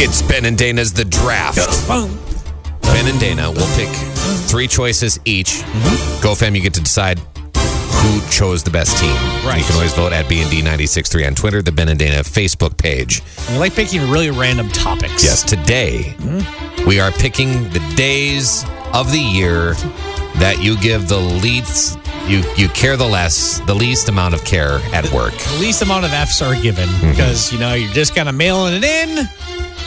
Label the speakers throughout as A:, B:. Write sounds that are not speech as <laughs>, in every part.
A: It's Ben and Dana's The Draft. Ben and Dana will pick three choices each. GoFam, you get to decide who chose the best team.
B: Right.
A: You can always vote at BND963 on Twitter, the Ben and Dana Facebook page.
B: I like picking really random topics.
A: Yes, today we are picking the days of the year that you give the least, you, you care the less, the least amount of care at work.
B: The least amount of Fs are given
A: Mm-hmm.
B: because, you know, you're just kind of mailing it in.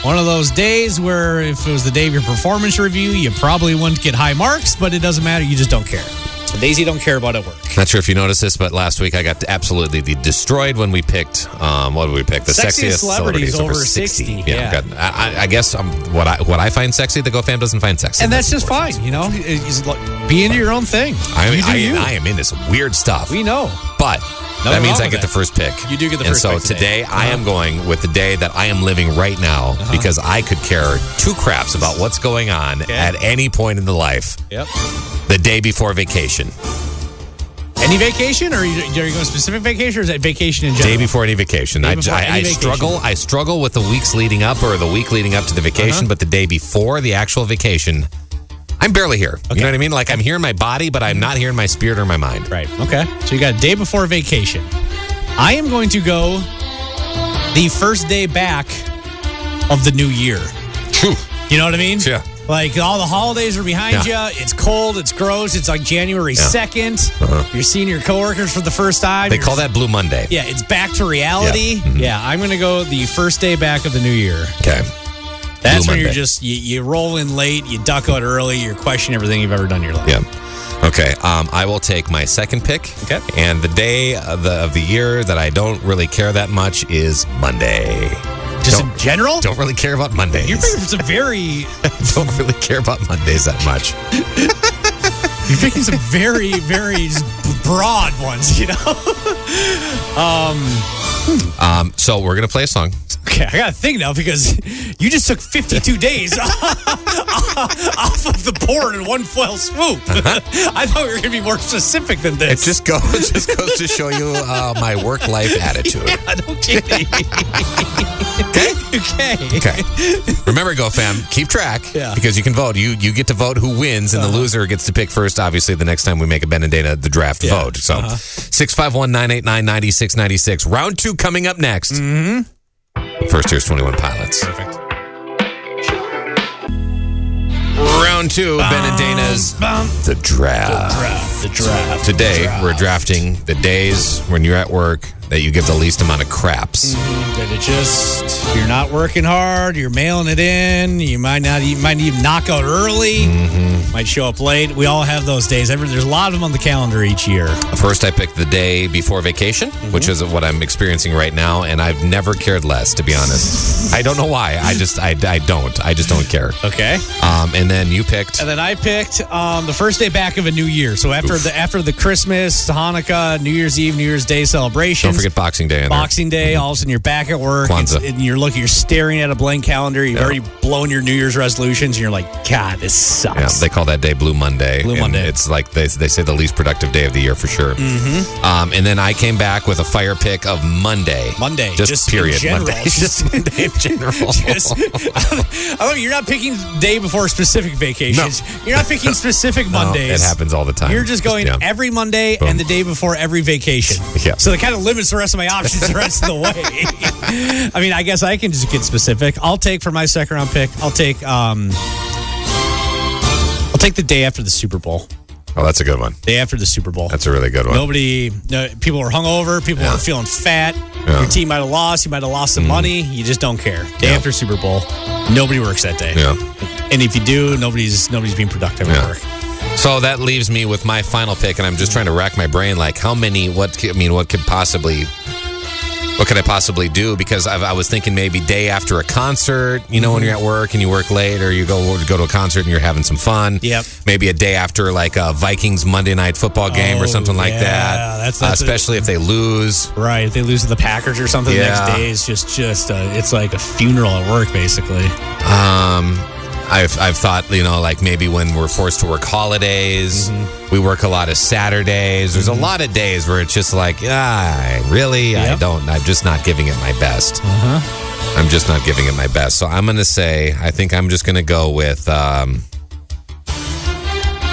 B: One of those days where if it was the day of your performance review, you probably wouldn't get high marks, but it doesn't matter. You just don't care. So Daisy don't care about at work.
A: Not sure if you noticed this, but last week I got absolutely destroyed when we picked. Um, what did we pick? The
B: Sexiest
A: sexiest,
B: celebrities over 60,
A: Yeah,
B: yeah.
A: got- I, I- I guess um what I what I find sexy, the GoFam doesn't find sexy,
B: And that's just
A: unfortunate.
B: fine, you know? It- it's like, be into your own thing.
A: I mean,
B: You do
A: I,
B: you.
A: I am into some weird stuff,
B: we know.
A: but that
B: Nothing
A: means
B: wrong
A: I
B: with
A: get
B: that.
A: the first pick.
B: You do get the
A: and
B: first
A: so
B: pick today. Uh-huh.
A: today I am going with the day that I am living right now because I could care two craps about what's going on at any point in the life.
B: Yep.
A: The day before vacation,
B: Any vacation, or are you, are you going specific vacation, or is that vacation in
A: day
B: general?
A: before any vacation.
B: Day
A: I,
B: before
A: I,
B: any
A: I
B: vacation.
A: struggle. I struggle with the weeks leading up or the week leading up to the vacation,
B: Uh-huh.
A: but the day before the actual vacation, I'm barely here. You know what I mean? Like I'm here in my body, but I'm not here in my spirit or my mind.
B: Right. Okay. So you got a day before vacation. I am going to go the first day back of the new year. You know what I mean?
A: Yeah.
B: Like all the holidays are behind
A: Yeah.
B: you. It's cold. It's gross. It's like January 2nd. You're seeing your coworkers for the first time.
A: Uh-huh. They
B: You're-
A: call that Blue Monday.
B: Yeah, it's back to reality. Yeah,
A: Mhm.
B: I'm going to go the first day back of the new year.
A: Okay.
B: That's when
A: Monday.
B: you're just, you, you roll in late, you duck out early, you're questioning everything you've ever done in your life.
A: Yeah. Okay. Um, I will take my second pick.
B: Okay.
A: And the day of the, of the year that I don't really care that much is Monday.
B: Just
A: Don't-
B: in general?
A: Don't really care about Mondays. <laughs>
B: You're <laughs> picking some very
A: don't really care about Mondays that much.
B: You're picking some very, very just b- broad ones, you know?
A: Um, so we're gonna play a song.
B: Okay, I gotta think now because you just took 52 days <laughs> off of the board in one fell swoop. <laughs> I thought we were gonna be more specific than
A: It
B: this.
A: just goes it just goes to show you uh, my work life attitude.
B: <laughs> yeah, no kidding. okay.
A: Okay. Remember, go fam. Keep track
B: Yeah. Uh-huh.
A: because you can vote. You you get to vote who wins, and the loser gets to pick first. Obviously, the next time we make a Ben and Dana the draft vote. So
B: Uh-huh.
A: six five one nine eight nine ninety six ninety six. Round two coming up next. Mm-hmm. First here's twenty one pilots.
B: Perfect.
A: Round two, Ben and Dana's
B: Bum.
A: the draft.
B: Draft, the draft.
A: Today we're drafting the days when you're at work that you give the least amount of craps.
B: That it just you're not working hard, you're mailing it in, you might not even might even knock out early, might show up late. We all have those days. Every, there's a lot of them on the calendar each year.
A: First, I picked the day before vacation,
B: Mm-hmm.
A: which is what I'm experiencing right now, and I've never cared less, to be honest. I don't know why. I just, I, I don't. I just don't care.
B: Okay.
A: Um, and then you picked.
B: And then I picked um, the first day back of a new year. So after the after the Christmas, Hanukkah, New Year's Eve, New Year's Day
A: Don't
B: celebrations,
A: forget Boxing Day. In there.
B: Boxing Day, all of a sudden you're back at work
A: Kwanzaa.
B: and, and you're looking, you're staring at a blank calendar. You've already blown your New Year's resolutions, and you're like, God, this
A: Yeah,
B: sucks.
A: they call that day Blue Monday.
B: Blue
A: and
B: Monday.
A: It's like they, they say the least productive day of the year for sure. Mm-hmm. Um, and then I came back with a fire pick of Monday.
B: Monday,
A: Just,
B: just in
A: period.
B: general.
A: Monday. <laughs> Just Monday in
B: <laughs>
A: general.
B: Yes. I love it. you're not picking day before specific vacations. You're not
A: <laughs>
B: picking specific
A: No,
B: Mondays.
A: it happens all the time.
B: You're just going
A: Yeah.
B: every Monday
A: Boom.
B: and the day before every vacation.
A: Yeah.
B: So that kind of limits the rest of my options the rest of
A: <laughs>
B: the way. I mean, I guess I can just get specific. I'll take for my second round pick. I'll take um, I'll take the day after the Super Bowl.
A: Oh, that's a good one.
B: Day after the Super Bowl.
A: That's a really good one.
B: Nobody, no, people were hungover. People
A: Yeah.
B: were feeling fat.
A: Yeah. Mm.
B: Your team might have lost. You might have lost some money. You just don't care. Day
A: Yeah.
B: after Super Bowl, nobody works that day.
A: Yeah.
B: And if you do, nobody's nobody's being productive
A: Yeah.
B: at work.
A: So that leaves me with my final pick, and I'm just trying to rack my brain. Like, how many? What? c- I mean, what could possibly? What could I possibly do? Because i I was thinking maybe day after a concert. You know, when
B: Mm-hmm.
A: you're at work and you work late, or you go go to a concert and you're having some fun.
B: Yep.
A: Maybe a day after like a Vikings Monday night football game or
B: Oh,
A: something like
B: yeah,
A: that.
B: that's-
A: Uh,
B: that's a-
A: especially if they lose.
B: Right? If they lose to the Packers or something, the
A: Yeah.
B: next day is just just uh, it's like a funeral at work, basically. <laughs>
A: Um, I've I've thought you know like maybe when we're forced to work holidays, we work a lot of Saturdays. There's a lot of days where it's just like ah, really, I
B: Yep.
A: don't. I'm just not giving it my best. I'm just not giving it my best. So I'm going to say, I think I'm just going to go with, um,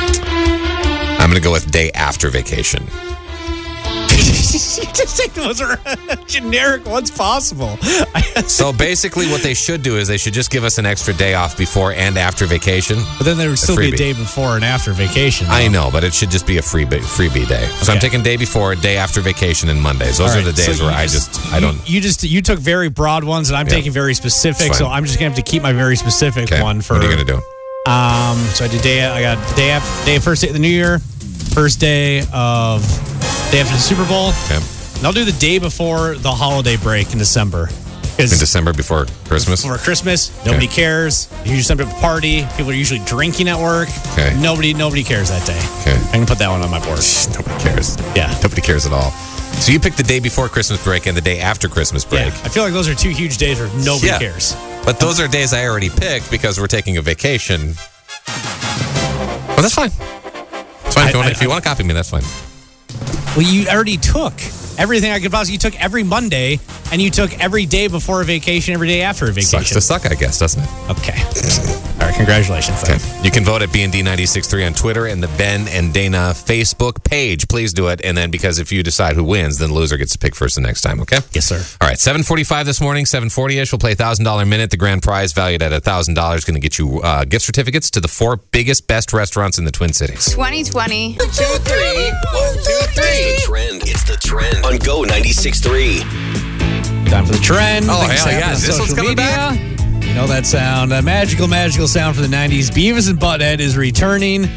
A: I'm going to go with day after vacation.
B: you just take the most <laughs> generic ones possible. <laughs> but
A: So basically, what they should do is they should just give us an extra day off before and after vacation.
B: then there would still be a
A: freebie.
B: day before and after vacation.
A: I know, but it should just be a freebie, freebie day. So I'm
B: Okay.
A: taking day before, day after vacation, and Mondays. Those
B: All
A: are
B: right,
A: the days
B: so
A: where
B: you
A: I just, I
B: you-
A: don't.
B: You just you took very broad ones, and I'm taking very specific.
A: It's
B: So
A: fine.
B: I'm just gonna have to keep my very specific
A: Okay.
B: one for.
A: what are you going to do?
B: Um, so I did day. I got day after day first day of the new year, first day of day after the Super Bowl.
A: Okay.
B: And I'll do the day before the holiday break in December. 'Cause
A: In December before Christmas?
B: for Christmas, nobody
A: Okay.
B: cares. You just end up at a party. People are usually drinking at work.
A: Okay.
B: Nobody nobody cares that day.
A: Okay.
B: I can put that one on my board.
A: <laughs> Nobody cares.
B: Yeah.
A: Nobody cares at all. So you picked the day before Christmas break and the day after Christmas break.
B: Yeah. I feel like those are two huge days where nobody
A: Yeah.
B: cares.
A: But those are days I already picked because we're taking a vacation. Well, that's fine. It's fine. if
B: I-
A: you wanna-
B: I-
A: if you want to copy me, that's fine.
B: Well, you already took everything I could possibly. You took every Monday, and you took every day before a vacation, every day after a vacation.
A: Sucks to suck, I guess, doesn't it?
B: Okay. All right. Congratulations. then.
A: Okay. You can vote at BND 963 on Twitter and the Ben and Dana Facebook page. Please do it. And then because if you decide who wins, then the loser gets to pick first the next time, okay?
B: Yes, sir.
A: All right, 745 this morning, 740-ish. We'll play $1,000 Minute. The grand prize valued at $1,000 going to get you uh, gift certificates to the four biggest, best restaurants in the Twin Cities.
C: 2020.
D: It's the trend. It's the trend on Go 96.3.
B: Time for the trend.
A: Oh,
B: Things
A: hell
B: happening
A: yeah.
B: on
A: Is this one's
B: social
A: coming back?
B: media. You know that sound. A magical, magical sound for the 90s. Beavis and Butthead is returning.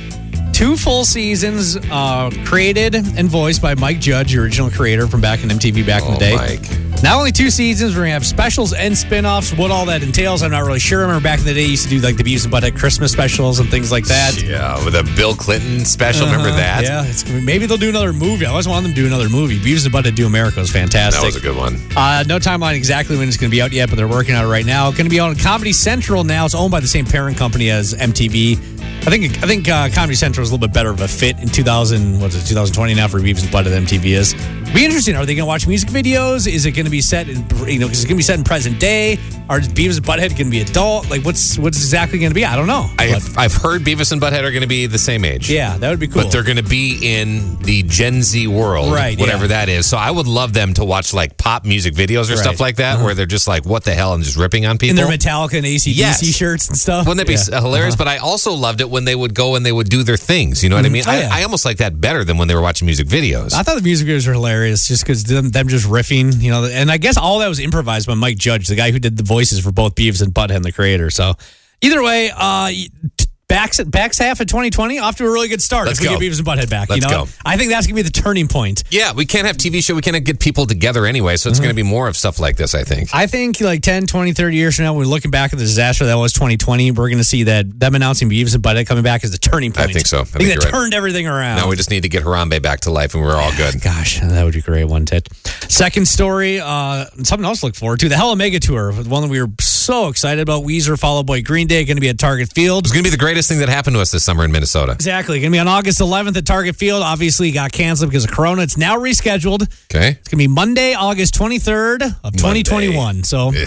B: Two full seasons, uh, created and voiced by Mike Judge, the original creator from back in MTV back in
A: Oh,
B: the day.
A: Mike.
B: Not only two seasons, we're gonna have specials and spin-offs. What all that entails, I'm not really sure. I remember back in the day, you used to do like the Beavis and Butthead Christmas specials and things like that.
A: Yeah, with a Bill Clinton special. Remember that?
B: Uh-huh. Yeah, it's, maybe they'll do another movie. I always wanted them to do another movie. Beavis and Butthead do America was fantastic.
A: That was a good one.
B: Uh, no timeline exactly when it's going to be out yet, but they're working on it right now. It's going to be on Comedy Central now. It's owned by the same parent company as MTV. I think I think uh, Comedy Central is a little bit better of a fit in 2000. What's it? 2020 now for Beavis and Butthead. MTV is. Be interesting. Are they going to watch music videos? Is it going to be set in you know? Is it going to be set in present day? Are Beavis and Butthead going to be adult? Like what's what's exactly going to be? I don't know. But,
A: I've, I've heard Beavis and Butthead are going to be the same age.
B: yeah, that would be cool.
A: But they're going to be in the Gen Z world,
B: Right,
A: whatever
B: yeah.
A: that is. So I would love them to watch like pop music videos or
B: Right. Uh-huh.
A: stuff like that, where they're just like, "What the hell?" and just ripping on people.
B: in their Metallica and ACDC
A: Yes.
B: shirts and stuff.
A: Wouldn't that be
B: Yeah. Uh-huh.
A: s uh, hilarious? But I also loved it when they would go and they would do their things. You know what I mean?
B: Oh,
A: I,
B: yeah.
A: I almost like that better than when they were watching music videos.
B: I thought the music videos were hilarious just because them, them just riffing, you know. And I guess all that was improvised by Mike Judge, the guy who did the voices for both Beavis and Butthead, the creator. So either way, uh, y- t- backs backs half of 2020 off to a really good start.
A: Let's
B: if we
A: go.
B: get Beavis and Butthead back, you
A: Let's
B: know,
A: go.
B: I think that's gonna be the turning point.
A: yeah, we can't have TV show. We can't get people together anyway. So it's
B: Mm-hmm.
A: going to be more of stuff like this. I think.
B: I think like 10, 20, 30 years from now, when we're looking back at the disaster that was 2020, we're going to see that them announcing Beavis and Butthead coming back is the turning point.
A: think so. I
B: I
A: think
B: think,
A: you're
B: that
A: right.
B: turned everything around.
A: now we just need to get Harambe back to life, and we're all
B: <laughs>
A: good.
B: Gosh, that would be great, wouldn't it? Second story, uh, something else to look forward to the Hella Mega Tour, the one that we were so excited about. Weezer, Follow Boy, Green Day, going to be at Target Field.
A: It's going to be the greatest thing that happened to us this summer in Minnesota.
B: Exactly. Going to be on August 11th at Target Field. Obviously, it got canceled because of Corona. It's now rescheduled. It's
A: Okay.
B: going to be Monday, August 23rd of 2021. So
A: Eh.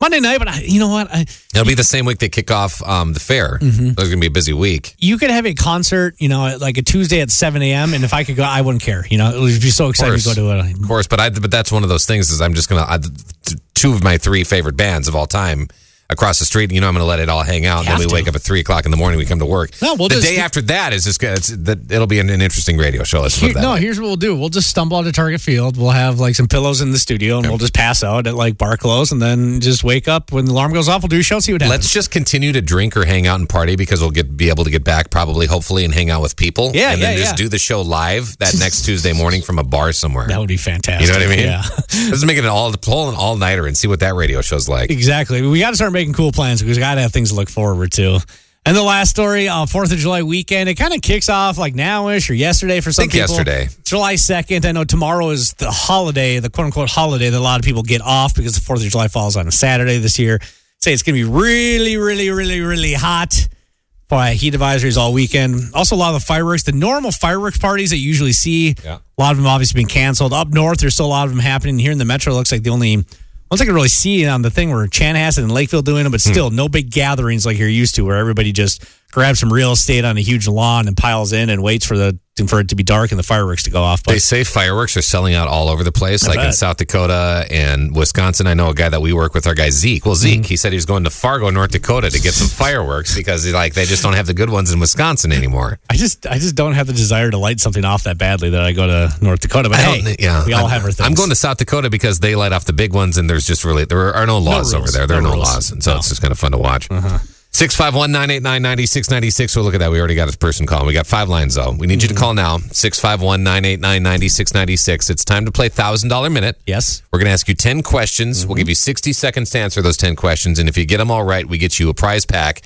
B: Monday night, but I, you know what? I,
A: It'll be the same week they kick off um, the fair.
B: Mm-hmm.
A: So it's going to be a busy week.
B: you could have a concert, you know, at, like a Tuesday at 7 a.m. And if I could go, I wouldn't care. You know, it would be so exciting to go
A: course.
B: to a
A: Of course, but I but that's one of those things is I'm just gonna I, t- two of my three favorite bands of all time across the street. You know, I'm gonna let it all hang out, and then
B: Have
A: we
B: to.
A: wake up at three o'clock in the morning. We come to work.
B: No, we'll
A: the
B: just-
A: day after that is just gonna, it's, that it'll be an, an interesting radio show. Let's put
B: Here-
A: it that
B: no,
A: way.
B: here's what we'll do. We'll just stumble onto Target Field. We'll have like some pillows in the studio, and we'll just pass out at like bar close, and then just wake up when the alarm goes off. We'll do a show, see what happens.
A: Let's just continue to drink or hang out and party because we'll get be able to get back probably, hopefully, and hang out with people.
B: Yeah,
A: and then
B: yeah,
A: just
B: yeah.
A: do the show live that next Tuesday morning from a bar somewhere.
B: that would be fantastic.
A: you know what I mean?
B: Yeah, <laughs>
A: Let's make it an all pull an all nighter and see what that radio show's like.
B: exactly. We got to start making cool plans because we got to have things to look forward to. And the last story, uh, Fourth of July weekend, it kind of kicks off like nowish or yesterday for some
A: think
B: people.
A: yesterday.
B: July second. I know tomorrow is the holiday, the quote unquote holiday that a lot of people get off because the Fourth of July falls on a Saturday this year. Say it's going to be really, really, really, really hot. by uh, heat advisories all weekend. Also, a lot of the fireworks, the normal fireworks parties that you usually see,
A: Yeah.
B: a lot of them obviously been canceled. Up north, there's still a lot of them happening. Here in the metro, it looks like the only Once I could really see it on the thing where Chanhassen and Lakeville doing them, but
A: Hmm.
B: still no big gatherings like you're used to, where everybody just grabs some real estate on a huge lawn and piles in and waits for the for it to be dark and the fireworks to go off.
A: They
B: But
A: say fireworks are selling out all over the place, like in
B: bet.
A: South Dakota and Wisconsin. I know a guy that we work with, our guy Zeke. Well,
B: Mm-hmm.
A: Zeke, he said he was going to Fargo, North Dakota, to get some fireworks because like they just don't have the good ones in Wisconsin anymore.
B: I just I just don't have the desire to light something off that badly that I go to North Dakota. But
A: I
B: hey,
A: don't- yeah,
B: we all
A: I'm,
B: have our things.
A: I'm going to South Dakota because they light off the big ones, and there's just really there are no laws over
B: rules.
A: there. There are
B: No Uh-huh.
A: no
B: rules.
A: laws, and so it's just kind of fun to watch. Six five one nine eight nine ninety six ninety six. Well, look at that. We already got a person calling. We got five lines though. We need you to
B: Mm-hmm.
A: call now. Six five one nine eight nine ninety six ninety six. It's time to play thousand dollar minute.
B: yes.
A: We're going to ask you 10 questions. We'll
B: Mm-hmm.
A: give you 60 seconds to answer those 10 questions. And if you get them all right, we get you a prize pack.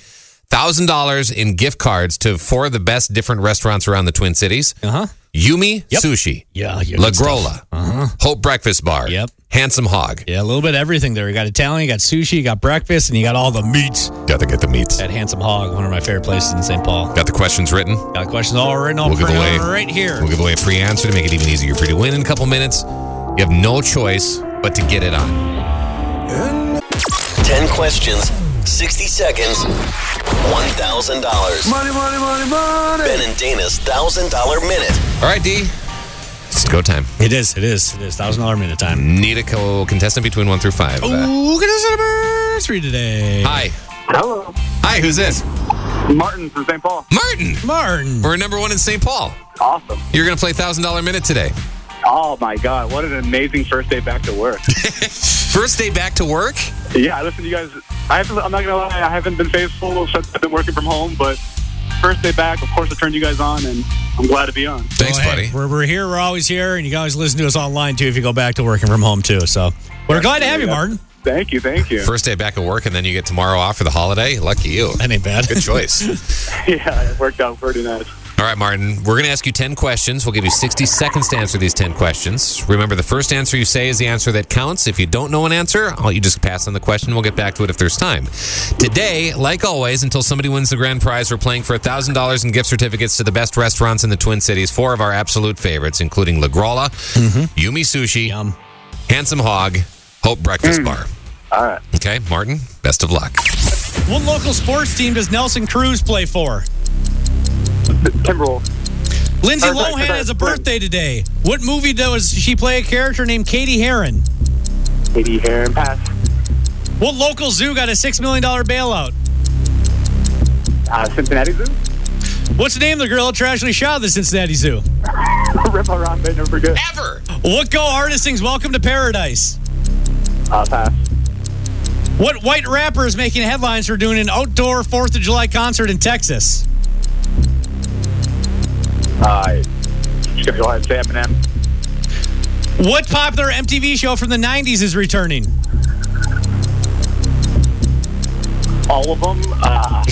A: $1,000 in gift cards to four of the best different restaurants around the Twin Cities.
B: Uh huh.
A: Yumi Sushi,
B: Yeah. yeah,
A: La
B: good stuff. Uh-huh.
A: Grolla, Hope Breakfast Bar,
B: Yep.
A: Handsome Hog.
B: Yeah, a little bit of everything there. You got Italian, you got sushi, you got breakfast, and you got all the meats.
A: Got to get the meats.
B: That handsome hog, one of my favorite places in St. Paul.
A: Got the questions written.
B: Got questions all written, all
A: We'll give
B: printed
A: away
B: out right here.
A: We'll give away a free answer to make it even easier for you to win in a couple minutes. You have no choice but to get it on.
D: 10 questions, 60 seconds, $1,000. Money, money, money, money. Ben and Dana's $1,000 minute.
A: All right, D. It's go time.
B: It is, it is, it is. Thousand dollar minute time.
A: Need a co- contestant between one through five. Uh,
B: Ooh, look at this anniversary today.
A: Hi.
C: Hello.
A: Hi, who's this?
C: Martin from St. Paul.
A: Martin.
B: Martin.
A: We're number one in St. Paul.
C: Awesome.
A: You're going to play $1,000 minute today.
C: Oh, my God. What an amazing first day back to work.
A: First day back to work?
C: yeah, I listen to you guys. I haven't, I'm not going to lie. I haven't been faithful since I've been working from home, but first day back, of course, I turned you guys on, and I'm glad to be on.
A: Thanks,
B: Well, hey,
A: buddy.
B: we're, we're here, we're always here, and you can always listen to us online too if you go back to working from home too. So we're glad to have you, Martin.
C: Thank you. Thank you.
A: First day back at work, and then you get tomorrow off for the holiday? Lucky
B: <laughs>
A: you.
B: That ain't bad.
A: Good choice.
C: <laughs> yeah, it worked out pretty nice. <laughs>
A: All right, Martin, we're going to ask you 10 questions. We'll give you 60 seconds to answer these 10 questions. Remember, the first answer you say is the answer that counts. If you don't know an answer, all you just pass on the question. We'll get back to it if there's time. Today, like always, until somebody wins the grand prize, we're playing for $1,000 in gift certificates to the best restaurants in the Twin Cities. Four of our absolute favorites, including La Grolla, Yumi Sushi,
B: Yum.
A: Handsome Hog, Hope Breakfast Bar.
C: Mm. All right.
A: Okay, Martin, best of luck.
B: What local sports team does Nelson Cruz play for?
C: Timberwolves.
B: Lindsay
C: Or, sorry,
B: Lohan
C: sorry,
B: has a
C: sorry.
B: birthday today. What movie does she play a character named Katie Heron?
C: Katie Heron. Pass.
B: What local zoo got a $6 million bailout?
C: Uh, Cincinnati Zoo.
B: What's the name of the girl that tragically shot at the Cincinnati Zoo?
C: Rip around, they never forget.
A: Ever.
B: What go artist sings Welcome to Paradise?
C: Uh, pass.
B: What white rapper is making headlines for doing an outdoor 4th of July concert in Texas?
C: Uh, just going to go ahead and say Eminem.
B: What popular MTV show from the 90s is returning?
C: All of them. Uh,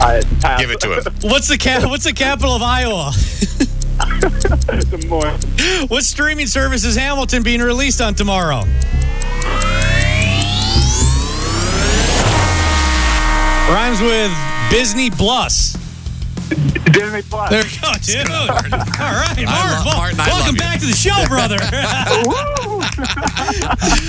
C: I pass.
A: Give it to him.
B: What's the cap- what's the capital of Iowa?
C: Some more.
B: What streaming service is Hamilton being released on tomorrow? Rhymes with Disney Plus.
C: Disney Plus.
B: There you go, dude. All right, Martin.
A: love-
B: wel-
A: Martin, I love
B: welcome
A: you.
B: back to the show, brother.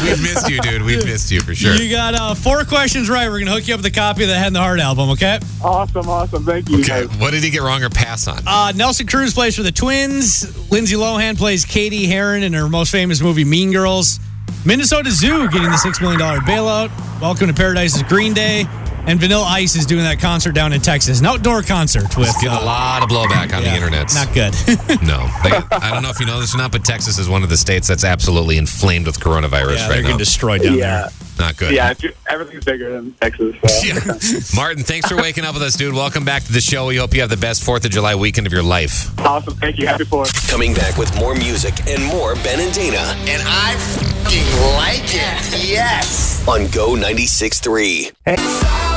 A: We've missed you, dude. We've missed you for <laughs> sure.
B: You got uh, four questions right. We're gonna hook you up with a copy of the Head and the Heart album, okay?
C: Awesome, awesome. Thank you.
A: Okay,
C: guys.
A: what did he get wrong or pass on?
B: Uh, Nelson Cruz plays for the Twins. Lindsay Lohan plays Katie Heron in her most famous movie, Mean Girls. Minnesota Zoo getting the $6 million bailout. Welcome to Paradise is Green Day. And Vanilla Ice is doing that concert down in Texas, an outdoor concert with.
A: Getting a lot of blowback on the
B: yeah,
A: internet. <laughs>
B: Not good. <laughs>
A: No, They- I don't know if you know this or not, but Texas is one of the states that's absolutely inflamed with coronavirus
B: yeah,
A: right
B: they're
A: now.
B: getting destroyed down
C: Yeah.
B: there.
A: not good.
C: Yeah, if you- everything's bigger than Texas. So.
A: Yeah. <laughs> Martin, thanks for waking up with us, dude. Welcome back to the show. We hope you have the best Fourth of July weekend of your life.
C: Awesome. Thank you. Happy Fourth.
D: Coming back with more music and more Ben and Dana
E: And I fucking like it. Yes.
D: on Go 96.3.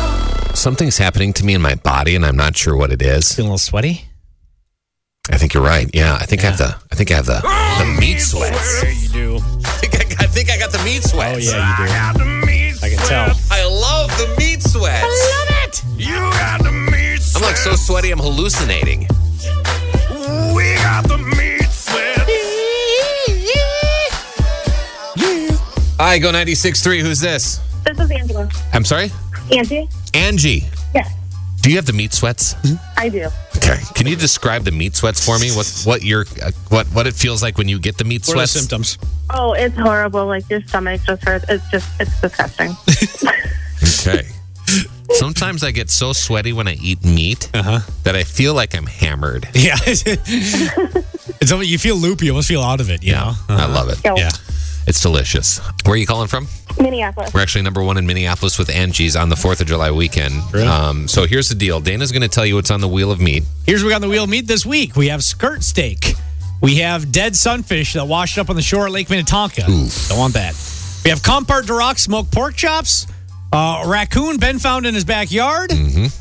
A: Something's happening to me in my body, and I'm not sure what it is.
B: Feeling a little sweaty?
A: I think you're right. Yeah, I think I have the. I think I have the the meat sweats.
B: you do.
A: I think <laughs> I, I think I got the meat
B: Oh,
A: sweats.
B: yeah, you do. I can tell.
A: I love the meat sweats. I love it. You got the meat. I'm like so sweaty. I'm hallucinating.
F: We got the meat sweat.
A: I Hi, go 96.3. Who's this?
G: This is Angela.
A: I'm sorry?
G: Angie?
A: Angie.
G: Yes,
A: Do you have the meat sweats?
G: I do.
A: Okay. Can you describe the meat sweats for me? What what your uh, what what it feels like when you get the meat
B: What are the
A: sweats?
B: symptoms? <laughs>
G: Oh, it's horrible. Like your stomach just hurts. It's just, it's <laughs> disgusting.
A: Okay. Sometimes I get so sweaty when I eat meat that I feel like I'm hammered.
B: Yeah. <laughs> it's almost, you feel loopy. You almost feel out of it. You
A: Yeah,
B: know?
A: I love it.
G: Yo,
B: Yeah.
A: It's delicious. Where are you calling from?
G: Minneapolis.
A: We're actually number one in Minneapolis with Angie's on the 4th of July weekend.
B: Really?
A: Um, so here's the deal Dana's going to tell you what's on the wheel of meat.
B: Here's what we got on the wheel of meat this week. We have skirt steak. We have dead sunfish that washed up on the shore at Lake Minnetonka. Don't want that. We have Compart Duroc smoked pork chops. Uh, raccoon Ben found in his backyard.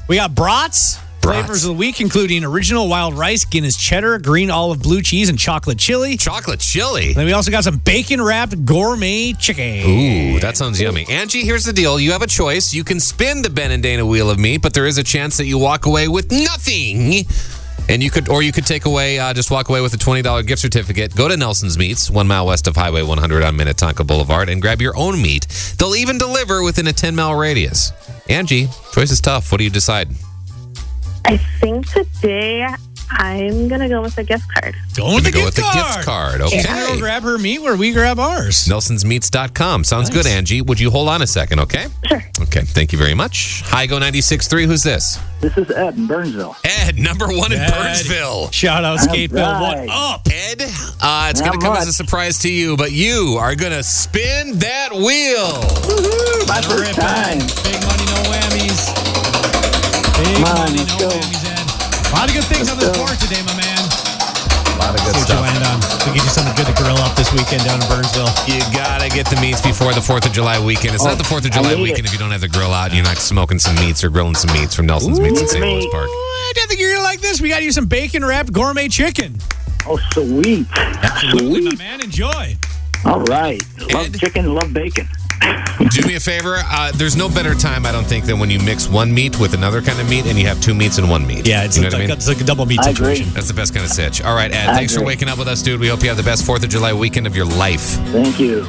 B: We got brats.
A: Mm-hmm. Brats.
B: Flavors of the week, including original wild rice, Guinness cheddar, green olive, blue cheese, and chocolate chili.
A: Chocolate chili.
B: Then we also got some bacon wrapped gourmet chicken.
A: Ooh, that sounds yummy. Angie, here's the deal. You have a choice. You can spin the Ben and Dana wheel of meat, but there is a chance that you walk away with nothing. And you could, or you could take away, uh, just walk away with a $20 gift certificate. Go to Nelson's Meats, one mile west of Highway 100 on Minnetonka Boulevard, and grab your own meat. They'll even deliver within a 10 mile radius. Angie, choice is tough. What do you decide?
G: I think today I'm going to go with a gift card.
B: Going with the,
A: Gonna go
B: gift,
A: with the
B: card.
A: gift card. Okay.
B: She's gonna grab her meat where we grab ours.
A: Nelson'sMeats.com. Sounds good, Angie. Would you hold on a second, okay? Sure. Okay, thank you very much. Hi, go 96.3. Who's this?
H: This is Ed in Burnsville.
A: Ed, number one in
B: Ed.
A: Burnsville.
B: Shout out Skate Bill. What
H: right.
B: up?
A: Ed, uh, it's going to
H: Not
A: come as a
H: much.
A: surprise to you, but you are going to spin that wheel.
H: My
B: Rip it.
H: first time.
B: Big money, no whammies. Big
H: Come on,
B: money,
H: let's
B: no
H: go.
B: whammies, Ed. A lot of good things on this
H: go.
B: board today, my man.
A: A lot of good
B: See what you land on. We'll give you something good to grill up this weekend down in Burnsville.
A: You got to get the meats before the 4th of July weekend. It's not the 4th of July
H: need Oh, it.
A: weekend if you don't have the grill out and you're not smoking some meats or grilling some meats from Nelson's Meats in St. Louis Park.
B: Ooh, I don't think you're gonna like this. We got you some bacon wrapped gourmet chicken.
H: Oh, sweet.
B: My
H: Sweet.
B: man, enjoy.
H: All right. Love
A: Ed?
H: chicken, love bacon.
A: Do me a favor. Uh, there's no better time, I don't think, than when you mix one meat with another kind of meat and you have two meats in one meat.
B: Yeah, it's,
A: you know
B: like,
A: what I mean?
B: it's like a double meat
H: I
B: situation.
H: agree.
A: That's the best kind of sitch. All right, Ed,
H: I
A: thanks for
H: agree.
A: waking up with us, dude. We hope you have the best 4th of July weekend of your life.
H: Thank you.